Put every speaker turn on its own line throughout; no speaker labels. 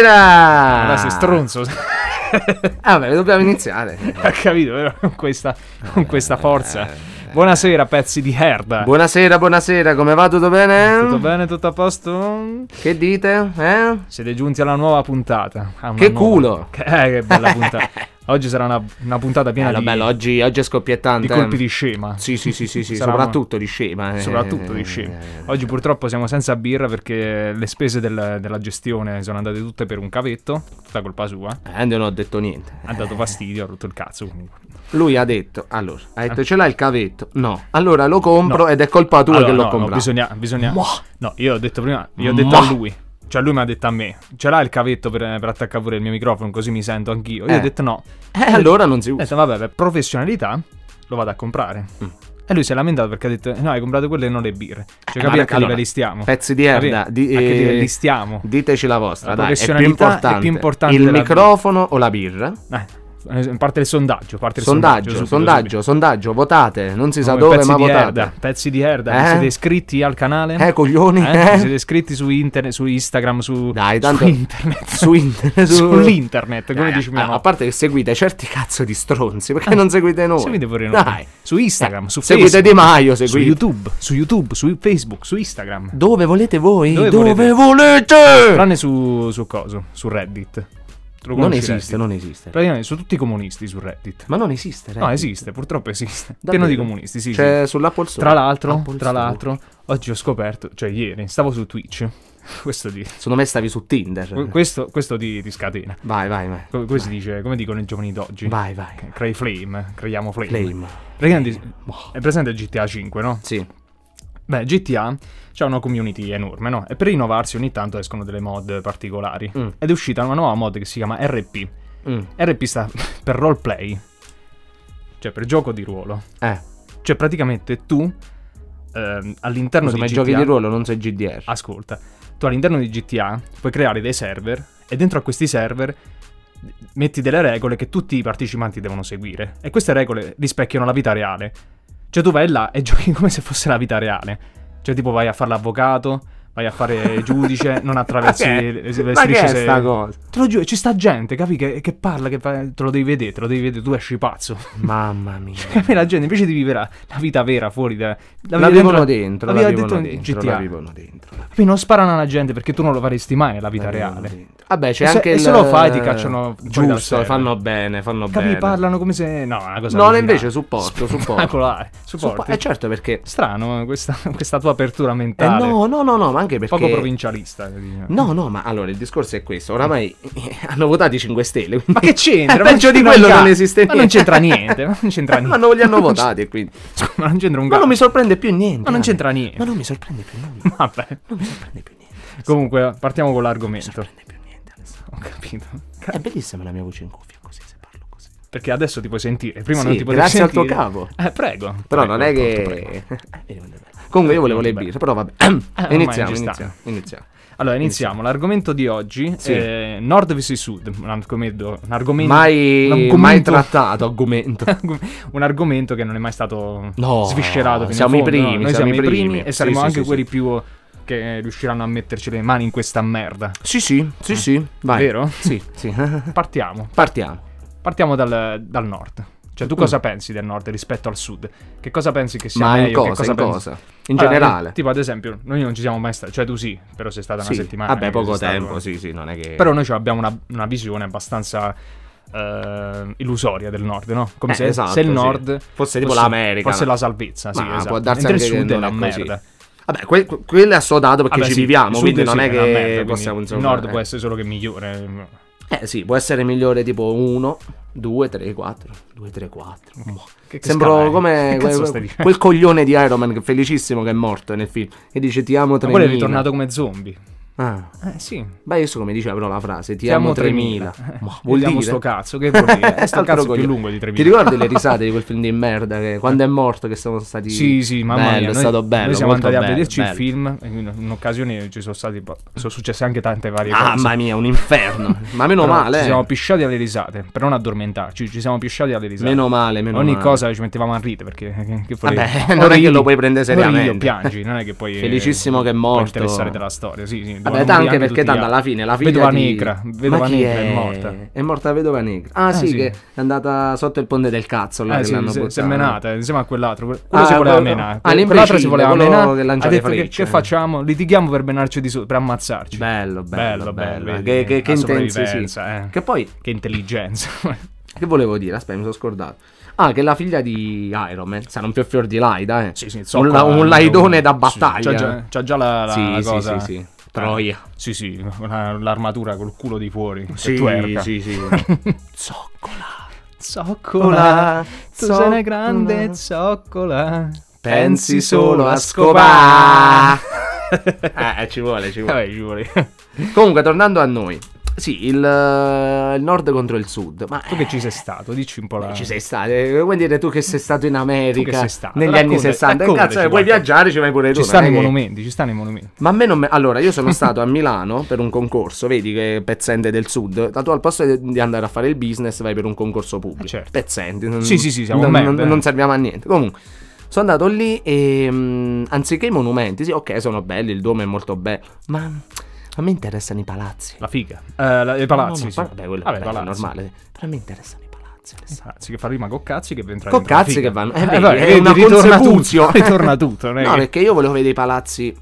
Buonasera!
Ma sei stronzo.
Ah, beh, dobbiamo iniziare.
Ha capito, vero? Con questa, con questa forza.
Eh,
Buonasera, pezzi di Herda.
Buonasera, buonasera, come va? Tutto bene?
Tutto bene, tutto a posto?
Che dite? Eh?
Siete giunti alla nuova puntata. A una
Che
nuova-
culo!
Che- Eh, che bella puntata. Oggi sarà una, una puntata piena
Bello,
di,
bello, oggi, oggi è scoppiettante.
di colpi di scema.
Sì, sì, sì, sì, sì,
Sarà una-
soprattutto di scema. eh.
Soprattutto di scema. Oggi purtroppo siamo senza birra perché le spese del- della gestione sono andate tutte per un cavetto, tutta colpa sua.
Eh, non ho detto niente.
Ha dato fastidio, ha rotto il cazzo comunque.
Lui ha detto, allora, ha detto, ce l'hai il cavetto? No. Allora lo compro
No.
ed è colpa tua
Allora,
che l'ho
no, no,
comprato.
bisogna, bisogna...
Mua.
No, io ho detto prima, io ho detto
Ma-
a lui. Cioè lui mi ha detto a me, ce l'ha il cavetto per, per attaccare pure il mio microfono così mi sento anch'io. Io
Eh.
ho detto no.
Eh, allora non si
Ho
usa.
detto vabbè, per professionalità lo vado a comprare.
Mm.
E lui si è lamentato perché ha detto no, hai comprato quelle e non le birre. Cioè
Eh,
capire
ma
a che
allora,
livelli stiamo.
Pezzi di
Capire
erda. Di,
a che
eh,
livelli stiamo.
Diteci la vostra,
La
dai. È più
professionalità è
importante,
più importante
il
della-
microfono o la birra?
Eh, parte il sondaggio, parte il
Sondaggio,
sondaggio.
sondaggio,
subito, subito.
sondaggio, votate, non si sa
Oh,
dove,
pezzi
ma
di
votate.
Erda, pezzi di Erda,
Eh?
vi siete iscritti al canale?
Eh, coglioni,
Eh?
eh?
Vi siete iscritti su internet, su Instagram, su,
Dai, tanto-
su internet.
Su internet, su-
Sull'internet, come
Dai,
dici mia
a, a
nonna.
parte che seguite certi cazzo di stronzi, perché non seguite noi?
Seguite pure noi.
Dai. Eh,
Su Instagram, su
Seguite
Facebook.
Di Maio,
Su
seguite.
YouTube, su YouTube, su Facebook, su Instagram.
Dove volete voi?
Dove
Dove,
volete?
volete?
Tranne su, su coso, su Reddit. Tu lo
Non
conosci
esiste,
Reddit?
non esiste.
Praticamente sono tutti comunisti su Reddit.
Ma non esiste,
No,
Reddit.
esiste, purtroppo esiste.
Davvero?
Pieno di comunisti, sì. sì.
C'è sull'Apple Store.
Tra l'altro,
Apple
tra
Store.
l'altro, oggi ho scoperto, cioè ieri, stavo su Twitch. Questo di,
Secondo me stavi su Tinder.
questo, questo di, di scatena.
Vai, vai, vai.
Co- Come si dice, come dicono i giovani d'oggi?
Vai, vai.
Crei flame, creiamo flame.
Flame.
Praticamente è presente il GTA 5, no?
Boh, Sì.
Beh, GTA c'ha una community enorme, no? E per rinnovarsi ogni tanto escono delle mod particolari.
Mm.
Ed è uscita una nuova mod che si chiama RP.
Mm.
RP sta per roleplay, cioè per gioco di ruolo.
Eh.
Cioè praticamente tu ehm, all'interno
Scusa, ma i
di GTA...
giochi di ruolo non sei GDR.
Ascolta, tu all'interno di GTA puoi creare dei server e dentro a questi server metti delle regole che tutti i partecipanti devono seguire e queste regole rispecchiano la vita reale. Cioè tu vai là e giochi come se fosse la vita reale. Cioè tipo vai a fare l'avvocato, vai a fare Ah, eh, giudice, non attraversi
Ma che-
le, le strisce
Ma che è
se-
sta cosa?
Te lo giuro, ci sta gente, capi? Che, che parla, che fa- te lo devi vedere, te lo devi vedere, tu esci pazzo.
Mamma mia.
A me la gente invece di vivere la vita vera fuori da...
La
vita
vivono dentro, la
vita
vivono
dentro in
dentro,
GTA.
la vivono dentro. la
Capi? Non sparano alla gente perché tu non lo faresti mai nella vita
vivono
reale.
dentro. Vabbè, c'è
E se-
anche
e
il...
se lo fai ti cacciano fuori dal
Giusto,
server.
fanno bene, fanno
Capi?
bene.
Parlano come se... No, è una cosa...
No,
allucinante.
invece supporto, supporto.
Spettacolare.
Suppo-
Supporti.
Eh certo, perché...
Strano eh, questa, questa tua apertura
Eh,
mentale.
no, no, no, no, ma anche perché...
Poco provincialista. diciamo.
No, no, ma allora il discorso è questo. Oramai eh, hanno votato i 5 Stelle. quindi-
Ma che c'entra?
Eh,
Ma
peggio di
non c'entra
quello
un
non
ca-
esiste
Ma
niente.
non c'entra niente, ma non c'entra
Eh, Ma
niente.
non li hanno
Non c'entra-
votati, quindi.
Scusa, ma non c'entra un
Ma non
cazzo.
mi sorprende più niente.
Ma non
vabbè.
c'entra niente.
Ma non mi sorprende più nulla.
Vabbè.
Non mi sorprende più niente. Non
Comunque, partiamo con
mi
l'argomento.
sorprende più niente, Alessandro.
Ho capito.
È bellissima la mia voce in cuffia così se parlo così.
Perché adesso ti puoi sentire, prima
Sì,
non ti potevi
grazie al tuo
sentire.
cavo.
Eh, prego.
Però
prego,
non è che.
molto prego.
Eh, mi rende bene. Comunque io volevo le
Molto bene.
birre, però vabbè.
ormai
iniziamo, Eh,
ci sta.
iniziamo, iniziamo.
Allora, iniziamo. L'argomento di oggi
Sì.
è Nord vs Sud, un argomento, un argomento, un
Mai,
argomento-
mai trattato argomento.
un argomento che non è mai stato
No,
sviscerato fino
siamo
in
i
fondo, no?
primi, siamo
Noi siamo,
i
i primi,
primi.
e
Sì,
saremo
sì,
anche
sì,
quelli più che riusciranno a metterci le mani in questa merda.
Sì, sì, sì, sì. Vai.
Vero?
Sì, sì.
Partiamo.
Partiamo.
Partiamo dal, dal nord. Cioè, tu cosa pensi del nord rispetto al sud? Che cosa pensi che sia
Mm. Ma in
meglio?
cosa?
che cosa
in
pensi-
cosa? In
Allora,
generale.
Tipo, ad esempio, noi non ci siamo mai stati. Cioè, tu sì, però sei stata una
Sì.
settimana.
Vabbè,
che
poco
sei stato-
tempo, sì, sì, non è che.
Però noi ci abbiamo una, una visione abbastanza eh, illusoria del nord, no? Come
Eh,
se,
esatto,
se il
sì.
nord
Fosse tipo l'America,
Fosse
no?
la salvezza, sì,
Ma
esatto.
può darsi
Mentre il
anche che
sud è
non
una
è così.
merda.
Vabbè, que- que- quello è assodato perché
Vabbè,
ci
sì, il
viviamo,
sud
quindi non
sì
è
una
che
merda, quindi
possiamo
Il
insomma.
nord
eh.
può essere solo che migliore.
Eh sì, può essere migliore tipo 1, 2, 3, 4, 2, 3, 4.
Che- che
Sembro
scala è?
come
Mm. eh. Che
que-
cazzo
quel,
stai dicendo?
coglione di Iron Man che felicissimo che è morto nel film e dice ti amo
Ma quello è
3000.
ritornato come zombie.
Ah.
Eh sì.
Beh, io so come diceva però la frase ti,
Ti
amo
amo
3000.
3000.
Ma
Ti amo sto cazzo, che vuol dire? È sto
Altro
cazzo più
coglione.
lungo di 3000.
Ti ricordi le risate di quel film di merda che quando è morto che siamo stati
Sì, sì, mamma
bello,
mia.
è
noi-
stato bello,
Noi siamo
molto
andati a
bello,
vederci il
bello.
film. In un'occasione ci sono stati. Sono successe anche tante varie cose.
Ah, Mamma mia, un inferno. Ma meno
Però
male.
Ci
eh.
siamo pisciati alle risate. Per non addormentarci, ci siamo pisciati alle risate.
Meno male, meno
Ogni
male.
cosa ci mettevamo a ridere perché che- che volevi?
Vabbè,
O
non è che
ridi,
lo puoi prendere
o ridi o
seriamente.
piangi, non è che poi eh,
Felicissimo che è
puoi
morto.
interessare della storia, sì, sì, devi
Vabbè,
non
tanto
muori
anche perché
tutti
tanto
gli
alla
altri.
fine la figlia
Vedova
di-
Negra, Vedova
Ma chi
Negra è
è
morta.
È morta la vedova negra. Ah,
Eh,
sì,
sì.
che è andata sotto il ponte del cazzo, là
Eh
che
sì,
l'hanno
si- si è
buttata.
menata eh, insieme a quell'altro. que- Quello si
Ah,
voleva
quello-
menare.
ah,
que-
l'imbecille,
quell'altro si voleva
quello
menare.
che lancia
ha
le
detto che,
frecce".
che facciamo? Litighiamo per menarci di su, per ammazzarci.
Bello, bello, bello.
vedi,
Che, che, che
la
intensi, sì.
sopravvivenza, eh.
Che poi,
Che intelligenza.
che volevo dire? Aspetta, mi sono scordato. Ah, che la figlia di Iron Man, sarà un fior di Laida, eh.
sì, sì,
Un la- un laidone da battaglia.
C'ha cioè, già, c'ha già la, la-
sì,
la
sì,
cosa.
sì, sì. Troia.
Sì, sì, una- l'armatura col culo di fuori. che
Sì,
tuerca.
sì, sì.
Zoccola. Zoccola. Tu sei una grande zoccola.
Pensi solo a scopà. Eh, eh, ci vuole, ci vuole.
Vabbè, ci vuole.
Comunque, tornando a noi. Sì, il, eh, il nord contro il sud. Ma
Tu che ci sei stato, dici un po' la...
Eh, Ci sei stato, eh, vuoi dire tu che sei stato in America
Tu che sei stato,
negli
racconta-
anni 60? Eh,
raccontaci
Cazzo, eh, vuoi
qualcosa.
viaggiare, ci vai pure tu.
Ci
non
stanno
è
i
che-
monumenti, ci stanno i monumenti.
Ma a me non me- Allora, io sono stato a Milano per un concorso, vedi che pezzente del sud. Tanto al posto di- di andare a fare il business, vai per un concorso pubblico.
Eh, certo.
Pezzenti. non-
Sì, sì, sì, siamo
non,
merda,
non-
eh.
non serviamo a niente. Comunque. Sono andato lì e mh, anziché i monumenti, sì, ok, sono belli, il Duomo è molto bello, ma a me interessano i palazzi.
La figa. Eh, la- I palazzi,
No, no,
sì.
pa- Vabbè, quello
Vabbè,
è bello,
palazzi.
normale. Però mi interessano i palazzi. Alessandro.
Palazzi, che fa rima con cazzi che entra
Con
dentro la
cazzi
figa.
che vanno. Eh, vedi,
vabbè,
è
vedi,
una
ritorna
consepuzio.
tutto, ritorna tutto, non è
No,
che-
perché io volevo vedere i palazzi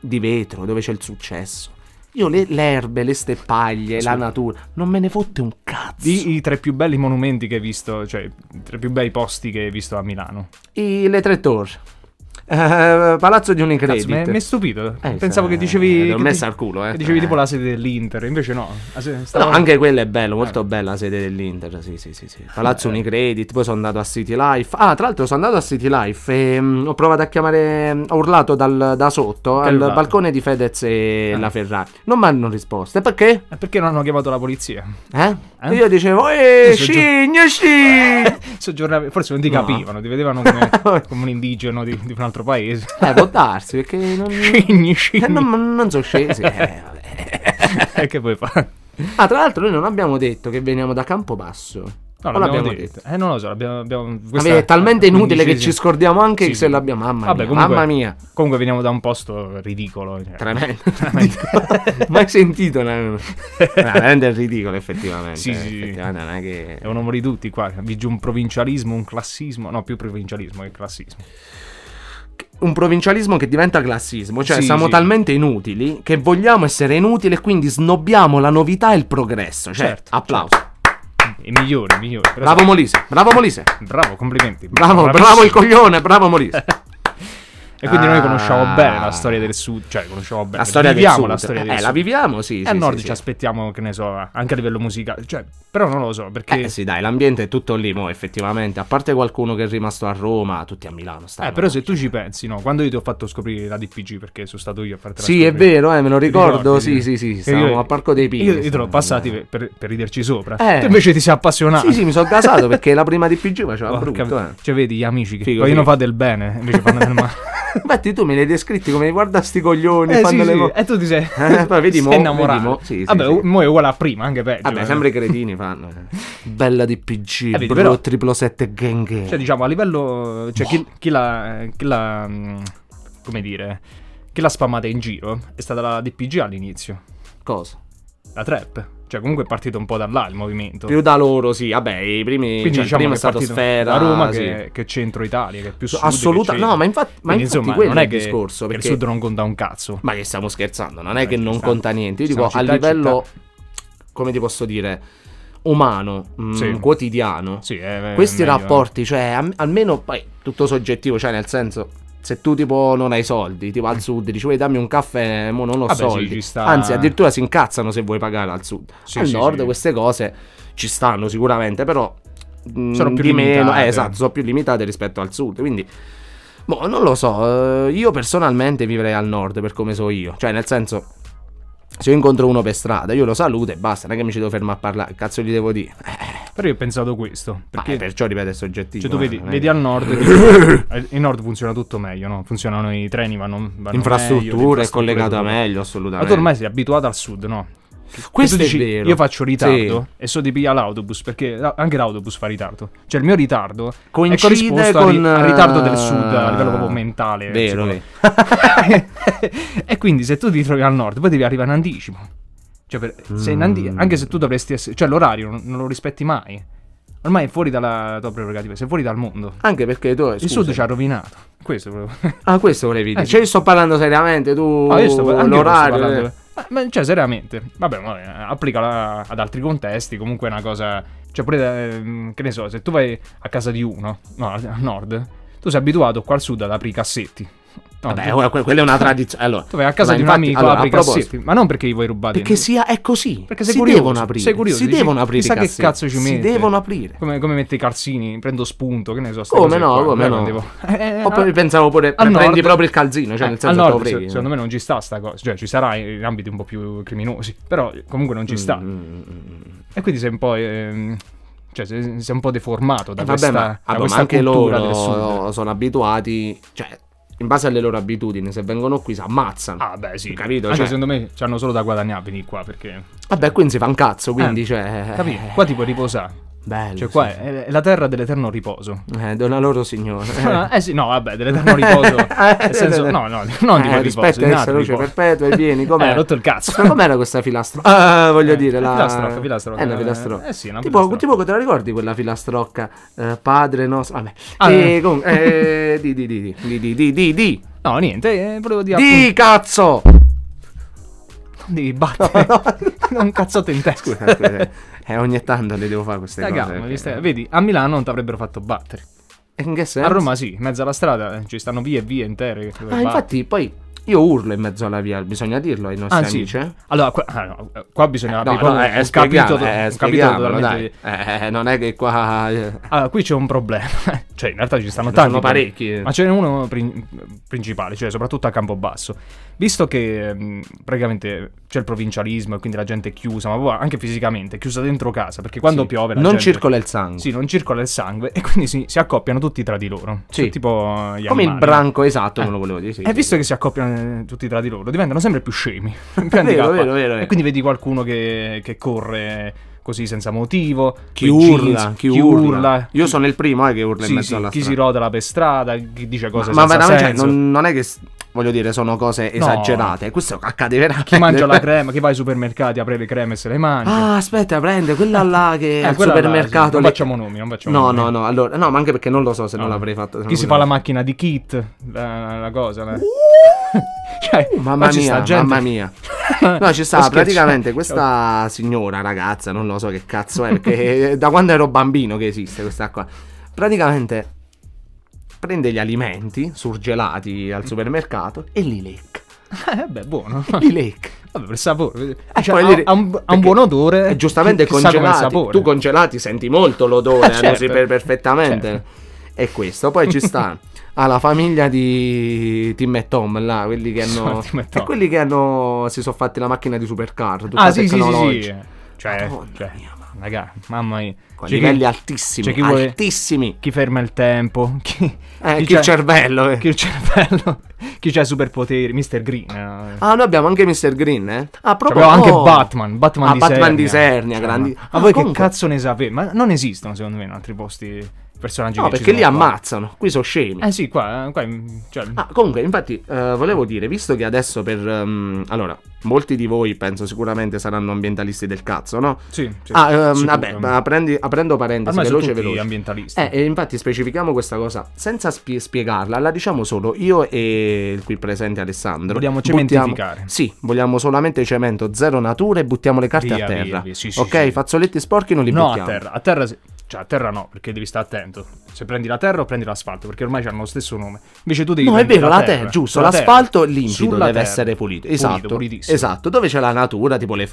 di vetro dove c'è il successo. Io le, le erbe, le steppaglie,
Scusa.
la natura, non me ne fotte un cazzo.
Di- I tre più belli monumenti che hai visto, cioè i tre più bei posti che hai visto a Milano.
I- le tre torri. Eh, palazzo di
Cazzo, mi
Unicredit.
mi è stupito.
Eh,
Pensavo
se-
che dicevi.
l'ho
che
messa
di-
al culo, eh.
che dicevi tipo
Eh.
la sede dell'Inter, invece no. Ah, se-
No,
stavo-
anche quello è bello, molto
Eh.
bella la sede dell'Inter, sì, sì, sì, sì. Palazzo Unicredit, poi sono andato a City Life. Ah, tra l'altro sono andato a City Life e mm, ho provato a chiamare, mm, ho urlato dal- da sotto
Che
al
urlato?
balcone di Fedez e
Eh.
la Ferrari. Non mi hanno risposto. E perché?
Eh, Perché non hanno chiamato la polizia?
Eh?
Eh?
Io dicevo, eh,
Io so già-
scigne, scigne.
Soggiornavi- Forse non ti
No.
capivano, ti vedevano come, come un indigeno di, di un altro paese.
Eh, può darsi, perché non,
Scegni, scegni.
eh, non, non sono scesi. Eh, vabbè.
E che puoi fare?
ah, tra l'altro noi non abbiamo detto che veniamo da Campobasso.
No,
O
l'abbiamo detto. Eh, non lo so, l'abbiamo, abbiamo- questa-
Vabbè, è talmente inutile che
quindicesima.
ci scordiamo anche
Sì,
se
sì.
l'abbiamo. Mamma
Vabbè,
mia,
comunque-
mamma mia.
Comunque veniamo da un posto ridicolo. cioè.
Tremendo.
Tremendo.
Mai sentito una... no, veramente è ridicolo effettivamente. eh,
Sì, sì.
Effettivamente non è che...
Devono morire tutti qua. Vi giù un provincialismo, un classismo. No, più provincialismo che classismo.
Un provincialismo che diventa classismo, cioè
Sì,
siamo
sì.
talmente inutili che vogliamo essere inutili e quindi snobbiamo la novità e il progresso. Cioè,
Certo,
applauso.
I migliori, i migliori. Però-
Bravo Molise, bravo Molise.
Bravo, complimenti.
Bravo,
Bravissimo.
bravo il coglione, bravo Molise.
E quindi noi
Ah.
conosciamo bene la storia del sud, cioè conosciamo bene.
La storia del
viviamo
sud.
la storia del
Eh,
sud.
la viviamo, sì,
E
sì,
al nord
sì,
ci
sì.
aspettiamo, che ne so, anche a livello musicale. Cioè, però non lo so, perché...
Eh sì, dai, l'ambiente è tutto lì, mo, effettivamente. A parte qualcuno che è rimasto a Roma, tutti a Milano stanno.
Eh, però se tu ci pensi, no, quando io ti ho fatto scoprire la DPG, perché sono stato io a fartela
Sì, è
scoprire.
vero, eh, me lo
Ti
ricordo.
ricordi,
Sì, sì, sì, stavamo
E io-
a Parco dei Pini.
Io, io te l'ho
stavamo
passati
andando.
per, per riderci sopra.
Eh.
Tu invece ti sei appassionato.
Sì, sì, mi sono gasato perché la prima DPG faceva
Oh,
brutto,
cap-
eh.
Cioè, vedi gli amici che
Figo,
poi
figo.
non fa del bene, eh, invece fanno del male.
Infatti tu me li hai descritti come guarda sti coglioni,
eh,
fanno
sì,
le
sì.
co-
E tu ti sei,
Eh, poi vedi
sei
mo, vedi
innamorato.
mo. Sì, sì,
Vabbè,
sì.
u- mo è uguale a prima, anche peggio.
Vabbè,
eh.
sempre i cretini fanno. eh. Bella DPG,
Eh, vedi,
bro,
però-
777 gang. gang.
Cioè, diciamo, a livello... Cioè,
Boh.
chi, chi l'ha... Chi l'ha... mm, Come dire... Chi l'ha spammata in giro è stata la DPG all'inizio.
Cosa?
La trap. Cioè, comunque è partito un po' da là il
Esatto.
movimento.
Più da loro, sì. Vabbè, i primi...
Quindi
cioè,
diciamo
prima
che
è stato
partito
Sfera,
da Roma
sì.
che, che centro Italia, che è più sud
Assoluta,
che
no,
centro.
ma infatti, ma
Quindi,
infatti
insomma,
quello
non è
il
che
discorso.
che
Perché
il sud non conta un cazzo.
Ma che stiamo scherzando, non è
Eh,
che
ci
non
stanno.
conta niente. Io
Ci
dico
stanno
a
città e
livello, come ti posso dire, umano, mm,
Sì.
quotidiano.
Sì, è- è
Questi
meglio, eh.
rapporti, cioè, am- almeno poi tutto soggettivo, cioè nel senso, se tu tipo non hai soldi, tipo al sud, dici vuoi dammi un caffè, mo non ho
Mm. Vabbè, sì,
soldi.
ci sta.
Anzi, addirittura si incazzano se vuoi pagare al sud.
Sì,
al
sì,
nord
sì.
queste cose ci stanno sicuramente, però mm,
Sono più
di meno,
limitate.
eh, esatto, sono più limitate rispetto al sud, quindi boh, non lo so, eh, io personalmente vivrei al nord per come so io, cioè nel senso se io incontro uno per strada, io lo saluto e basta, non è che mi ci devo fermare a parlare, cazzo gli devo dire.
Però io ho pensato questo.
Ma
Perché
perciò ripeto è soggettivo.
Cioè, tu
eh,
vedi,
non è
vedi
che-
al nord, dici- il nord funziona tutto meglio, no? Funzionano i treni, vanno, vanno meglio,
Infrastrutture, è collegata
tutto.
meglio,
Ma
assolutamente.
tu ormai sei abituato al sud, no?
Questo
tu
è
dici,
vero.
Io faccio ritardo e so di pigliare l'autobus perché la- anche l'autobus fa ritardo. Cioè il mio ritardo è
Coincide
corrisposto
con
Ecco, al ri- al ritardo del
eh,
sud a livello proprio mentale. cioè,
Vero,
psicologico.
vero.
e quindi se tu ti trovi al nord, poi devi arrivare in anticipo. Cioè, per- se in anti-
Mm.
anche se tu dovresti essere. Cioè, l'orario non, non lo rispetti mai. Ormai è fuori dalla tua prerogativa, sei fuori dal mondo.
Anche perché tu.
Il sud ci ha rovinato. Questo volevo.
Ah, questo volevi dire.
Eh, sì.
Cioè, io sto parlando seriamente. Tu.
Ah, io sto- anche io sto
l'orario.
parlando-
eh.
Ma, ma, cioè, seriamente. Vabbè, vabbè applicala ad altri contesti. Comunque è una cosa. Cioè, pure. ehm, Che ne so, se tu vai a casa di uno, no, al al nord, tu sei abituato qua al sud ad aprire i cassetti. No,
Vabbè,
tu-
ora, que- quella è una tradizione. Allora,
tu vai a casa
ma
di un
infatti-
amico,
allora,
apri
a
i
proposito,
cassetti. Ma non perché gli vuoi rubare.
Perché sia, è così.
Perché sei
si
curioso,
devono aprire.
sei curioso,
si
dici,
devono aprire. i
chissà che
cassetti.
cazzo ci
Si
mette.
devono aprire.
Come, come metto i calzini, prendo spunto, che ne so. ste
Come
cose
no,
qua,
come
eh,
no.
prendevo- Eh,
O poi
al-
pensavo pure,
al
prendi
nord-
proprio il calzino, cioè
eh,
nel
al
senso
nord,
te lo
se-
freghi.
secondo me non ci sta sta cosa, cioè ci sarà in ambiti un po' più criminosi, però comunque non ci sta.
Mm, mm, mm, mm.
E quindi sei un po'... ehm, cioè sei, sei un po' deformato da
Eh,
questa,
vabbè, ma,
da
vabbè, ma
questa
anche
cultura
loro
del sud.
sono abituati, cioè, in base alle loro abitudini, se vengono qui si ammazzano.
Ah beh sì,
Capito,
anche
cioè-
secondo me ci hanno solo da guadagnare venire qua perché...
Vabbè, quindi si fa un cazzo, quindi,
Eh,
cioè...
Capito? Qua ti puoi riposare.
Bello.
Cioè qua
sì.
è, è la terra dell'eterno riposo.
Eh, dona loro signore.
Ah, Eh sì, no, vabbè, dell'eterno riposo. Nel senso, no, no, non di
Eh,
quel riposo.
rispetta
di un
essa
altro
luce
riposo.
perpetua e vieni, com'è?
Eh, hai rotto il cazzo.
Ma com'era questa filastrocca? Ah, voglio
Eh,
dire, la...
filastrocca, filastrocca.
È una filastrocca.
Eh sì, una
tipo,
filastrocca.
tipo, te la ricordi quella filastrocca? eh, padre nostro... Vabbè.
Ah,
e
eh.
comunque... eh, di, di, di, di, di, di, di, di,
No, niente, eh, volevo dire appunto,
di, cazzo!
non devi battere. non cazzate in testa.
Scusa, scusa. Eh, ogni tanto le devo fare queste
Stai
cose.
calmo,
perché-
vi stai- Vedi, a Milano non ti avrebbero fatto battere.
In che
A
senso?
Roma sì, in mezzo alla strada eh, ci stanno vie e vie intere. che ti
Eh? Ah,
battono.
infatti, poi io urlo in mezzo alla via, bisogna dirlo ai nostri
Ah, sì.
amici, eh?
Allora, qua, ah, no, qua bisogna
No,
aprire
no,
proprio
eh,
un
spieghiamo, eh,
capitolo- un capitolo
spieghiamolo,
totalmente di-
dai. Eh, non è che qua eh,
Allora, qui c'è un problema. cioè, in realtà ci stanno
ne
tanti.
sono
problemi.
parecchi.
Ma ce n'è uno prin- principale, cioè soprattutto a Campobasso. Visto che ehm, praticamente c'è il provincialismo e quindi la gente è chiusa, ma proprio anche fisicamente, è chiusa dentro casa, perché quando
Sì.
piove la
non
gente-
circola il sangue.
Sì, non circola il sangue e quindi si, si accoppiano tutti tra di loro.
Sì.
Cioè, tipo eh, gli
Come il
animali.
branco, esatto,
Eh.
non lo volevo dire. sì,
E
sì,
visto
sì.
che si accoppiano eh, tutti tra di loro, diventano sempre più scemi. Prendi
Vero,
cappa.
vero, vero, vero.
E quindi vedi qualcuno che, che corre così senza motivo.
chi
coi jeans,
urla, chi,
chi
urla.
urla.
Io sono il primo eh, che urla
Sì,
in mezzo
sì,
alla
chi si
strada.
rotola per strada, chi dice cose
Ma
senza
veramente cioè,
senso.
non, non è che s- voglio dire sono cose esagerate, questo accade veramente.
Chi mangia la crema, chi va ai supermercati a prendere le creme e se le mangia.
Ah, aspetta, prende quella là che
Eh,
al
quella là,
supermercato.
Non
lì-
facciamo nomi, non facciamo
No,
nomi.
no, no, allora, no, ma anche perché non lo so se non
No.
l'avrei fatto.
Ah. Chi si fa la macchina di kit, la, la cosa. la- Cioè,
Uh, mamma
ma ci sta
mia,
gente-
mamma mia. No, ci sta
Sto
praticamente
scherzando.
questa signora, ragazza, non lo so che cazzo è, perché è da quando ero bambino che esiste questa qua. Praticamente prende gli alimenti surgelati
Mm.
al supermercato e li lecca.
Eh, beh, buono.
Li lecca.
Vabbè, per sapore.
Eh,
Cioè,
voglio
ha,
dire,
ha un, ha
perché
un buon odore.
E giustamente
chi- chissà com'è il
congelati.
sapore.
Tu congelati senti molto l'odore,
Eh, certo.
lo si per- perfettamente.
Certo.
E questo, poi ci sta alla famiglia di Tim e Tom, là, quelli che
Sono
hanno...
Tim e
e
Tom.
quelli che hanno... si sono fatti la macchina di supercar, tutta
Ah, sì, sì, sì,
tecnologica.
sì. Cioè,
Madonna
cioè,
mia, mamma.
raga, mamma mia.
Con
C'è chi-
livelli altissimi,
c'è chi vuole-
altissimi.
Chi ferma il tempo? Chi,
Eh,
chi
chi il
c'ha-
cervello, eh.
Chi il cervello? Chi c'ha i superpoteri? Mr. Green. eh.
Ah, noi abbiamo anche Mr. Green, eh? Ah,
Cioè,
proprio
abbiamo anche
oh.
Batman, Batman
Ah,
di
Batman
Sernia.
di Sernia,
Cioè,
grandi.
Ma,
Ah,
ma voi che
comunque-
cazzo ne sapete? Ma non esistono secondo me in altri posti personaggi
No,
che ci
perché li
sono qua.
ammazzano, qui sono scemi.
Eh sì, qua, qua in- cioè,
Ah, comunque, infatti, eh, volevo dire, visto che adesso per... ehm, allora, molti di voi, penso sicuramente, saranno ambientalisti del cazzo, no?
sì, sì,
ah, ehm,
sicuro.
vabbè, ma aprendi- aprendo parentesi,
Ormai sono
veloce,
tutti
veloce.
ambientalisti.
eh, e infatti specifichiamo questa cosa senza spie- spiegarla, la diciamo solo io e il qui presente Alessandro.
Vogliamo
Buttiamo-
cementificare.
Sì, vogliamo solamente cemento, zero natura e buttiamo le carte
Via,
a terra.
via, via, sì, sì,
ok,
sì.
fazzoletti sporchi non li
no,
buttiamo.
a terra, a terra, se- cioè a terra no, perché devi stare attento. Se prendi la terra o prendi l'asfalto, perché ormai hanno lo stesso nome. Invece tu devi
No, è
prendere
vero, la terra, giusto,
la terra.
l'asfalto limpido
Sulla
deve
terra.
essere pulito.
Pulito,
Esatto.
pulitissimo.
Esatto, dove c'è la natura, tipo le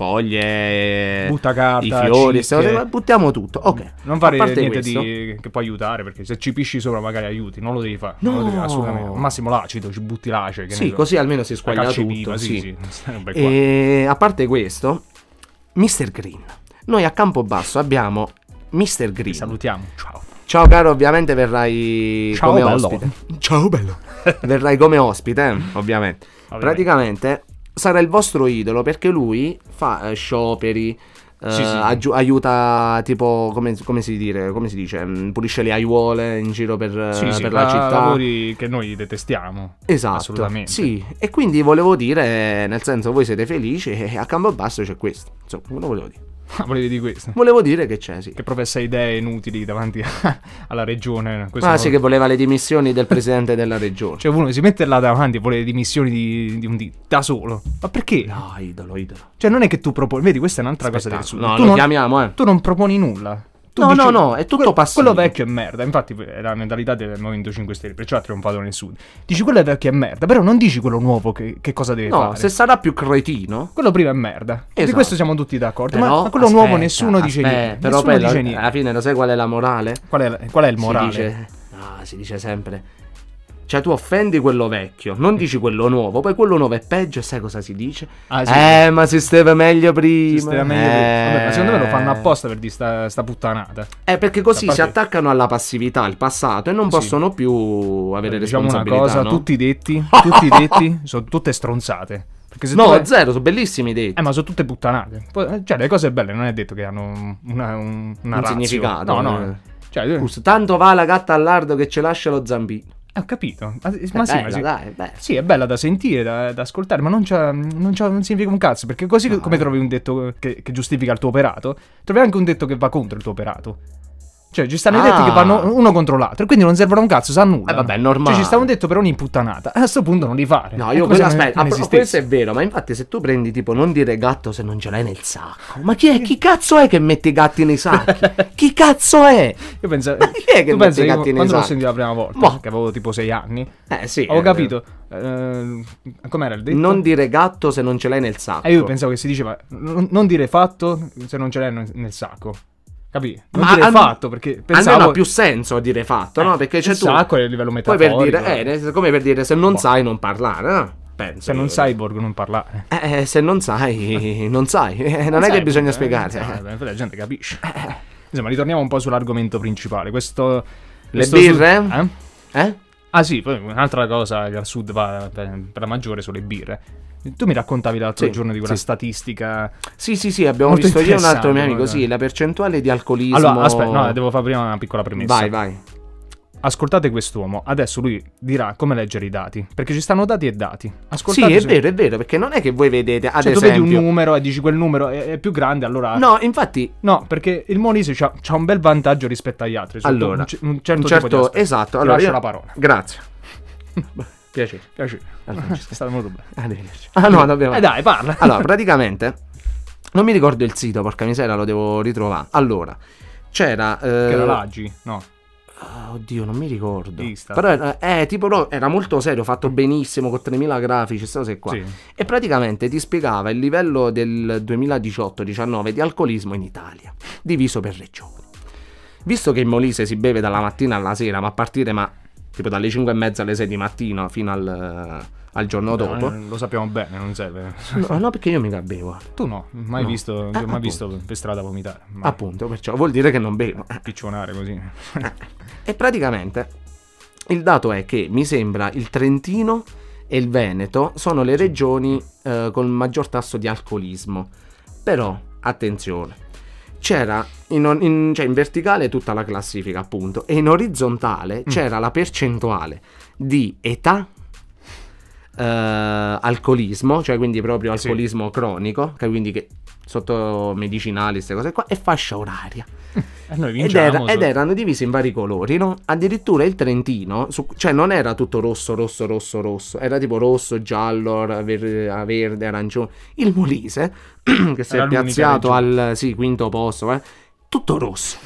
foglie,
Butta carta,
i fiori,
cicche.
queste cose qua, buttiamo tutto. Ok.
Non fare
A parte
niente
questo-
di che può aiutare, perché se ci pisci sopra magari aiuti, non lo devi fare.
No.
Non lo devi, assolutamente. Al massimo l'acido, ci butti l'ace. Che ne
Sì,
so.
così almeno si
La
squaglia
calcepipa,
tutto, sì.
sì, sì. Queste robe qua.
E a parte questo, Mr. Green. Noi a Campobasso abbiamo Mr.
Ti
Green.
salutiamo. Ciao.
Ciao caro, ovviamente verrai
Ciao,
come
bello.
ospite. Ciao bello. verrai come ospite, eh, ovviamente.
Ovviamente.
Praticamente sarà il vostro idolo perché lui fa eh, scioperi. eh,
Sì, sì.
aggiu- aiuta tipo come, come si dire come si dice mm, pulisce le aiuole in giro per, eh,
Sì, sì,
per la
fa
città
lavori che noi detestiamo.
Esatto,
Assolutamente.
sì. E quindi volevo dire, nel senso, voi siete felici e a Campobasso c'è questo. Insomma, ve lo volevo dire.
Ah, volevi dire questo?
Volevo dire che c'è, sì.
Che professa idee inutili davanti a- alla regione. questo
Ah,
non-
sì, che voleva le dimissioni del presidente della regione.
Cioè, uno si mette là davanti e vuole le dimissioni di, di un di da solo. Ma perché?
No, idolo, idolo.
Cioè, non è che tu proponi. Vedi, questa è un'altra cosa del sud.
Spettacolo. No,
tu,
lo
non,
chiamiamo, eh.
tu non proponi nulla. Tu
No,
dici-
no, no, è tutto
quello-
passivo.
Quello vecchio è merda. Infatti, è la mentalità del Movimento 5 Stelle. Perciò ha trionfato nel sud. Dici quello è vecchio è merda. Però non dici quello nuovo che, che cosa deve
No,
fare.
se sarà più cretino.
Quello prima è merda. Di
Esatto.
questo siamo tutti d'accordo. ma-
però-
ma, quello
aspetta,
nuovo nessuno dice
aspetta,
niente.
Però
nessuno
poi alla-
dice niente.
alla fine lo sai qual è la morale?
Qual è, la- qual è il morale?
Si dice, no, si dice sempre. Cioè, tu offendi quello vecchio, non dici quello nuovo, poi quello nuovo è peggio, e sai cosa si dice?
Ah, sì.
Eh, ma si stava meglio prima.
Si stava meglio-
Eh.
Vabbè, ma secondo me lo fanno apposta per di sta, sta puttanata.
Eh, perché così
Da
si
parte-
attaccano alla passività, al passato, e non
Sì.
possono più avere
diciamo una
responsabilità.
cosa,
no?
tutti i detti, tutti i detti sono tutte stronzate. Perché se tu
No,
vai-
zero, sono bellissimi dei.
Eh, ma sono tutte puttanate. Poi- Cioè, le cose belle non è detto che hanno una, un, una
Un
ratio.
significato,
No, no.
eh.
Cioè, eh,
Giusto, Tanto va la gatta all'ardo che ce lascia lo zambino.
ho capito. Ma, ma sì,
Eh,
ma
bella,
sì.
dai, bella.
Sì, è bella da sentire, da, da ascoltare, ma non, c'ha, non, c'ha- non significa un cazzo. Perché così
No.
come trovi un detto che, che giustifica il tuo operato, trovi anche un detto che va contro il tuo operato. Cioè, ci stanno i
Ah.
detti che vanno uno contro l'altro, e quindi non servono a un cazzo, sa nulla.
Eh, vabbè, è normale.
Cioè, ci sta un detto per ogni puttanata. A sto punto non li fare.
No, io
È Eh,
quello
come se non-
aspetta,
non
ah, però questo
esistesse.
è vero, ma infatti se tu prendi tipo non dire gatto se non ce l'hai nel sacco, ma chi è chi cazzo è che mette i gatti nei sacchi? chi cazzo è?
Io penso.
Ma chi è che mette
tu pensi
i
che
gatti nei
quando l'ho
sacchi?
sentito la prima volta,
Boh.
che avevo tipo sei anni,
Eh sì.
avevo
eh,
capito. eh, com'era il detto?
Non dire gatto se non ce l'hai nel sacco.
E Ah, io pensavo che si diceva non, non dire fatto se non ce l'hai nel, nel sacco. Capì? Non
Ma
dire
al-
fatto perché
Almeno
pensavo
ha più senso dire fatto, no?
Eh,
Perché
il
c'è tu.
sacco è il livello
Poi per
metaforico.
dire, eh, nel- come per dire se non
Boh.
sai non parlare, no? Penso.
se non
io.
cyborg non parlare.
Eh, eh, se non sai, non sai. Eh, non, è che
cyborg,
bisogna eh.
eh,
spiegare.
insomma, eh, poi la gente capisce. Insomma, ritorniamo un po' sull'argomento principale. Questo
Le
questo
birre?
sud- eh?
Eh?
Ah sì, poi un'altra cosa che al sud va per, per la maggiore sono le birre. Tu mi raccontavi l'altro
Sì,
giorno di quella
sì.
statistica.
Sì, sì, sì, abbiamo
Molto
visto io e un altro mio
interessante,
amico,
guarda.
sì, la percentuale di alcolismo.
Allora, aspetta, no, devo fare prima una piccola premessa.
Vai, vai.
Ascoltate quest'uomo, adesso lui dirà come leggere i dati, perché ci stanno dati e dati.
Sì,
Ascoltate
è
se-
vero, è vero, perché non è che voi vedete, ad
Cioè, tu
esempio...
vedi un numero e dici quel numero è, è più grande, allora...
No, infatti,
No, perché il Molise c'ha, c'ha un bel vantaggio rispetto agli altri. sotto
allora...
un, ce- un certo, tipo di aspetto.
Esatto,
Ti
allora...
lascio
io-
la parola.
Grazie. Piacere.
Piacere.
Allora,
è
Francesca.
stato molto bene.
Arrivederci. Ah no, dobbiamo...
Eh dai, parla.
Allora, praticamente, non mi ricordo il sito, porca miseria, lo devo ritrovare. Allora, c'era...
Che
eh,
era l'Agi, no.
Ah, oddio, non mi ricordo.
Istat.
Però era, eh, tipo, no, era molto serio, fatto benissimo, con 3000 grafici, queste cose qua.
Sì.
E praticamente ti spiegava il livello del 2018-19 di alcolismo in Italia, diviso per regioni. Visto che in Molise si beve dalla mattina alla sera, ma a partire ma, tipo dalle 5 e mezza alle 6 di mattina fino al, eh, al giorno
Beh,
dopo.
eh, Lo sappiamo bene, non serve.
No, no, perché io mica bevo. eh.
Tu no, mai
No.
visto,
Eh,
mai
appunto. Ah,
visto per strada vomitare. Mai.
Appunto, perciò vuol dire che non bevo.
Piccionare così. Eh,
E praticamente il dato è che mi sembra il Trentino e il Veneto sono le regioni eh, con il maggior tasso di alcolismo. Però, attenzione, c'era in, on- in- cioè in verticale tutta la classifica, appunto, e in orizzontale c'era la percentuale di età. eh, alcolismo, cioè quindi proprio
Sì.
alcolismo cronico, che quindi che sotto medicinali, queste cose qua, e fascia oraria.
E noi
Ed,
vinciamo.
era-
so-
ed erano divisi in vari colori, no? Addirittura il Trentino, su- cioè non era tutto rosso, rosso, rosso, rosso, era tipo rosso, giallo, ra- ver- verde, arancione. Il Molise, che si
Era
è
l'unica
piazzato al sì, quinto posto, eh, tutto rosso.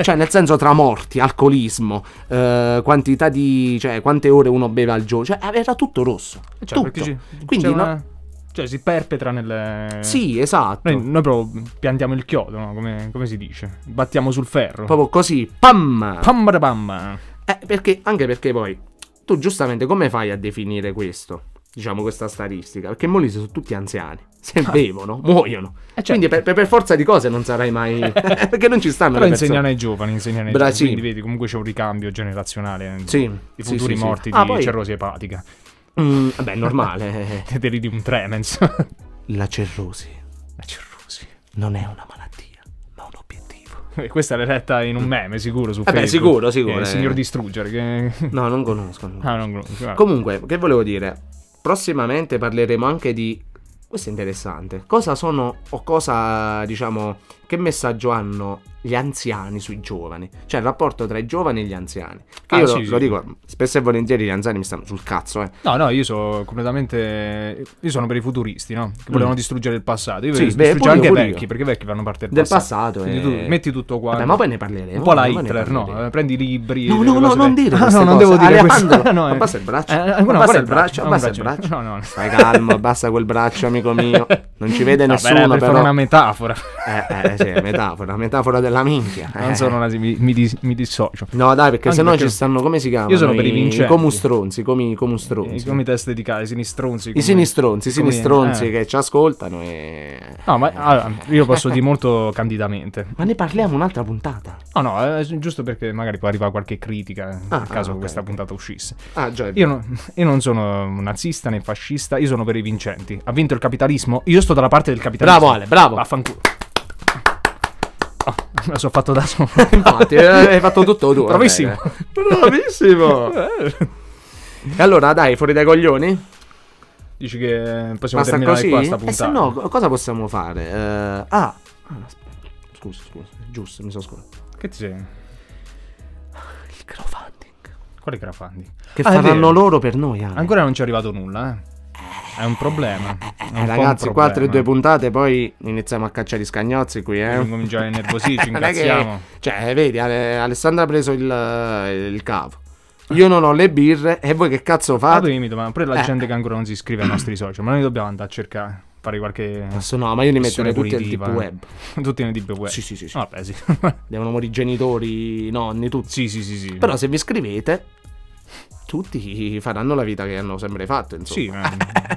cioè nel senso tra morti, alcolismo, eh, quantità di... cioè quante ore uno beve al giorno, cioè era tutto rosso.
Cioè,
tutto.
perché ci-
Quindi
c'è
no-
una- cioè, si perpetra nel.
Sì, esatto.
Noi, noi proprio piantiamo il chiodo, no? come, come si dice? Battiamo sul ferro.
Proprio così, pam!
Pam bada pam.
Eh, perché, anche perché poi, tu giustamente come fai a definire questo? Diciamo questa statistica? Perché in Molise sono tutti anziani. Se bevono, muoiono.
Ah. Eh, certo.
Quindi per, per- per forza di cose non sarai mai... perché non ci stanno
Però
le
insegnano
persone.
ai giovani, insegnano ai
Bra-
giovani.
sì.
Quindi vedi, comunque c'è un ricambio generazionale. eh,
Sì.
Di
sì,
futuri
sì, sì.
morti
Ah,
di
poi-
cirrosi epatica.
Mm, vabbè, è normale.
Te ridi un tremens.
Eh,
Ma
La cerrosi
c'è Rusi.
non è una malattia, ma un obiettivo.
Eh, Questa l'hai letta in un meme, sicuro, su
Eh beh,
Facebook.
sicuro, sicuro,
Eh,
eh.
signor Distruggere. Che...
No, non conosco. non conosco.
ah, non conosco. ah.
Comunque, che volevo dire? Prossimamente parleremo anche di. Questo è interessante. Cosa sono o cosa, diciamo, che messaggio hanno gli anziani sui giovani? Cioè il rapporto tra i giovani e gli anziani. Che
Ah,
io
sì,
lo,
sì.
lo dico, spesso e volentieri gli anziani mi stanno sul cazzo, eh.
No, no, io sono completamente. Io sono per i futuristi, no? Che
Mm.
volevano distruggere il passato. Io
Sì,
voglio
beh,
distruggere
pure io,
anche i
pure io.
vecchi, perché i vecchi fanno parte del,
Del passato,
Quindi
eh.
tu metti tutto qua.
Vabbè, ma poi ne parleremo.
Un po' la
ma poi ne
Hitler, no?
parleremo.
eh, Prendi i libri.
No,
le
no,
cose
no,
del-
non dire
Ah,
queste
no, non devo
cose.
dire questo.
Alejandro,
eh.
abbassa il braccio,
Eh, no,
abbassa
guarda,
il braccio,
un
abbassa il braccio.
No, no.
Stai calmo, abbassa quel braccio, amico mio. Non ci vede
No, beh,
nessuno,
era per
però.
fare una metafora.
Eh, eh, sì, metafora, metafora della minchia. eh.
Non sono una, mi, mi, dis- mi dissocio.
No, dai, perché
Anche
sennò
perché-
ci stanno, come si chiamano?
Io sono per i
I
vincenti.
comustronzi, comi,
I
comustronzi.
comitè dedicati, i sinistronzi.
I
come-
sinistronzi, i
come-
sinistronzi
eh.
che ci ascoltano e...
No, ma allora, io posso dire molto candidamente.
Ma ne parliamo un'altra puntata.
No, no, eh, giusto perché magari poi arriva qualche critica eh,
Ah,
nel caso
ah, ok,
questa
ok.
puntata uscisse.
Ah, già. è
Io, non- io non sono un nazista né fascista, io sono per i vincenti. Ha vinto il capitalismo, io sto dalla parte del capitalismo.
Bravo, Ale, bravo.
Vaffanculo. Oh, me lo sono fatto da solo.
Infatti, eh, hai fatto tutto tu.
Bravissimo.
vabbè. Bravissimo.
Eh,
E allora, dai, fuori dai coglioni?
Dici che possiamo
Basta
terminare
così?
qua sta puntata.
E Eh, se no, co- cosa possiamo fare? Eh, ah, ah, aspetta. Scusa, scusa. Giusto, mi sono scordato.
Che ti sei?
Il crowdfunding.
Quale crafandi?
Che
Ah, è
faranno
vero.
loro per noi, Ale.
Ancora non ci è arrivato nulla, eh. È un problema. È un po'
Eh,
un
ragazzi, qua altre
problema.
due puntate, poi iniziamo a cacciare i scagnozzi qui, eh.
Non cominciare a innervosirci,
Non è che-
incazziamo.
Cioè, vedi, Ale- Alessandra ha preso il, il cavo. Io non ho le birre e voi che cazzo
Ah,
fate?
tu mi domanda, pure la
Eh.
gente che ancora non si iscrive ai nostri social, ma noi dobbiamo andare a cercare, fare qualche...
Adesso no, ma io li metterei
Missione
tutti al deep
punitiva, eh.
web.
tutti nei deep web.
Sì, sì, sì, sì.
Vabbè, sì.
Devono morire i genitori, i nonni, tutti.
sì, sì, sì, sì.
Però se vi iscrivete, tutti faranno la vita che hanno sempre fatto, insomma.
Sì, eh. ma-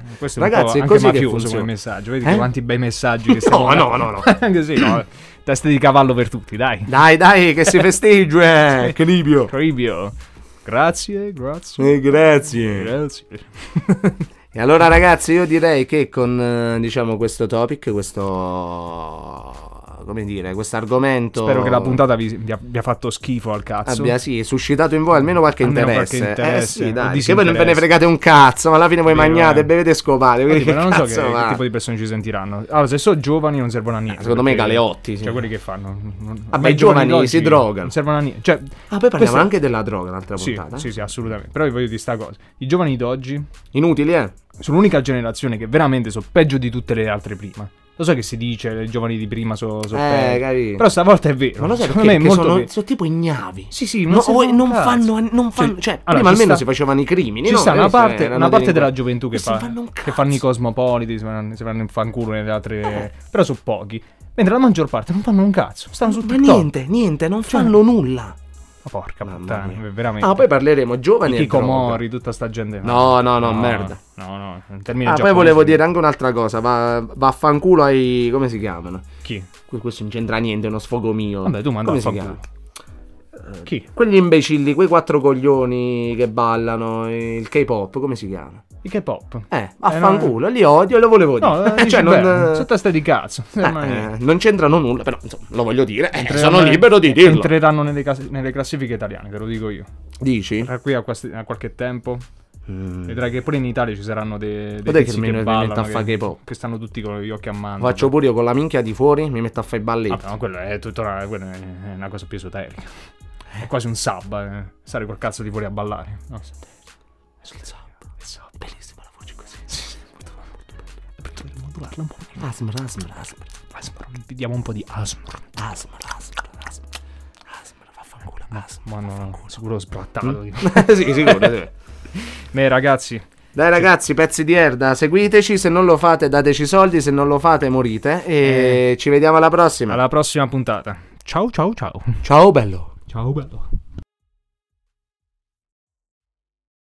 questo è
Ragazzi,
un
è
po' anche
così che
mafioso
funziona.
come messaggio. Vedi
Eh?
quanti bei messaggi che
No,
stiamo
no, no, no.
Anche sì, no. Teste di cavallo per tutti, dai.
Dai, dai, che si festeggia, eh, che libio.
Cribio. Grazie, grazie.
Eh, grazie.
Grazie.
E allora ragazzi io direi che con eh, diciamo questo topic, questo come dire, questo argomento
Spero che la puntata vi, vi abbia fatto schifo al cazzo.
abbia sì, suscitato in voi almeno qualche
Almeno
interesse.
qualche interesse,
Eh sì, dai,
o
che voi non ve ne
disinteresse.
fregate un cazzo, ma alla fine voi
Vero,
magnate,
eh.
bevete e scopate. quindi
Infatti,
che
però non so che,
cazzo va?
che tipo di persone ci sentiranno. Allora, se sono giovani non servono a niente.
secondo me
perché-
Galeotti, sì.
Cioè, quelli che fanno. non-
Vabbè,
ormai
i giovani
d'oggi
si drogano.
Non servono a niente. Cioè,
Ah, poi parliamo
questo-
anche della droga l'altra
sì,
puntata. eh.
sì, sì, assolutamente. Però io voglio dire sta cosa. I giovani d'oggi
Inutili, eh?
sono l'unica generazione che veramente sono peggio di tutte le altre prima. Lo so che si dice, i giovani di prima sono so
eh,
peggio.
capito.
Però stavolta è vero.
ma lo sai perché?
Secondo me è
Perché
molto
sono,
vero.
sono tipo ignavi.
Sì, sì,
No,
servono
o-
un
non
cazzo.
fanno, non
Cioè,
fanno, cioè,
allora,
prima
ci
almeno
sta-
si facevano i crimini.
Ci
no?
sta una
Adesso
parte,
erano
una parte della
delinquenti.
gioventù che,
E si
fa,
fanno un
che fanno i
cazzo. Eh.
cosmopoliti, si fanno, si fanno in fanculo nelle altre... Però sono pochi. Mentre la maggior parte non fanno un cazzo. Stanno su
Ma
TikTok. Cioè,
niente, niente, non fanno nulla.
Ma porca
Mamma
puttana,
mia.
veramente.
Ah, poi parleremo giovani
I
e Ah, droga.
Kikomori, tutta sta gente.
No, no, no, merda.
No, no, un termine
Ah, poi
giapponese.
volevo dire anche un'altra cosa, va, vaffanculo ai... come si chiamano?
Chi?
Que- Questo non c'entra niente, è uno sfogo mio.
Vabbè, tu manda
Come
a
si
fanculo.
chiama?
Chi?
Quegli imbecilli, quei quattro coglioni che ballano, il K-pop, come si chiama?
I K-pop.
Eh, vaffanculo, li odio e lo volevo dire.
No, eh,
cioè,
dici,
non...
beh, sono teste di cazzo.
eh,
Ma
eh,
niente.
non c'entrano nulla, però insomma, lo voglio dire. eh,
Entreranno-
sono libero di dirlo.
Entreranno nelle, cas- nelle classifiche italiane, te lo dico io.
Dici?
Tra qui a, quasi- a qualche tempo
Mm.
vedrai che pure in Italia ci saranno dei, dei
Guarda che
tizi
mi
che
viene in mente
ballano
a fa
che,
K-pop.
che stanno tutti con gli occhi a mano.
Faccio pure io con la minchia di fuori, mi metto a fare i balletti.
Vabbè, ma quello è tutta una, quella è una cosa più esoterica. È quasi un sub eh, stare col cazzo di fuori a ballare. No,
Sul sub.
il sub.
Bellissima la voce così.
modularla un po'.
Rasm, rasm, rasm.
Asmr, diamo un po' di asmr.
Rasm, rasm, rasm. Rasm, vaffanculo, rasm.
Ma no, no, sicuro sbrattato.
sì, sicuro, sì.
Beh, ragazzi,
Dai ragazzi, pezzi di erda, seguiteci, se non lo fate dateci i soldi, se non lo fate morite e ci vediamo Eh. alla prossima.
alla prossima puntata. Ciao, ciao, ciao.
Ciao bello.
Ciao, bello.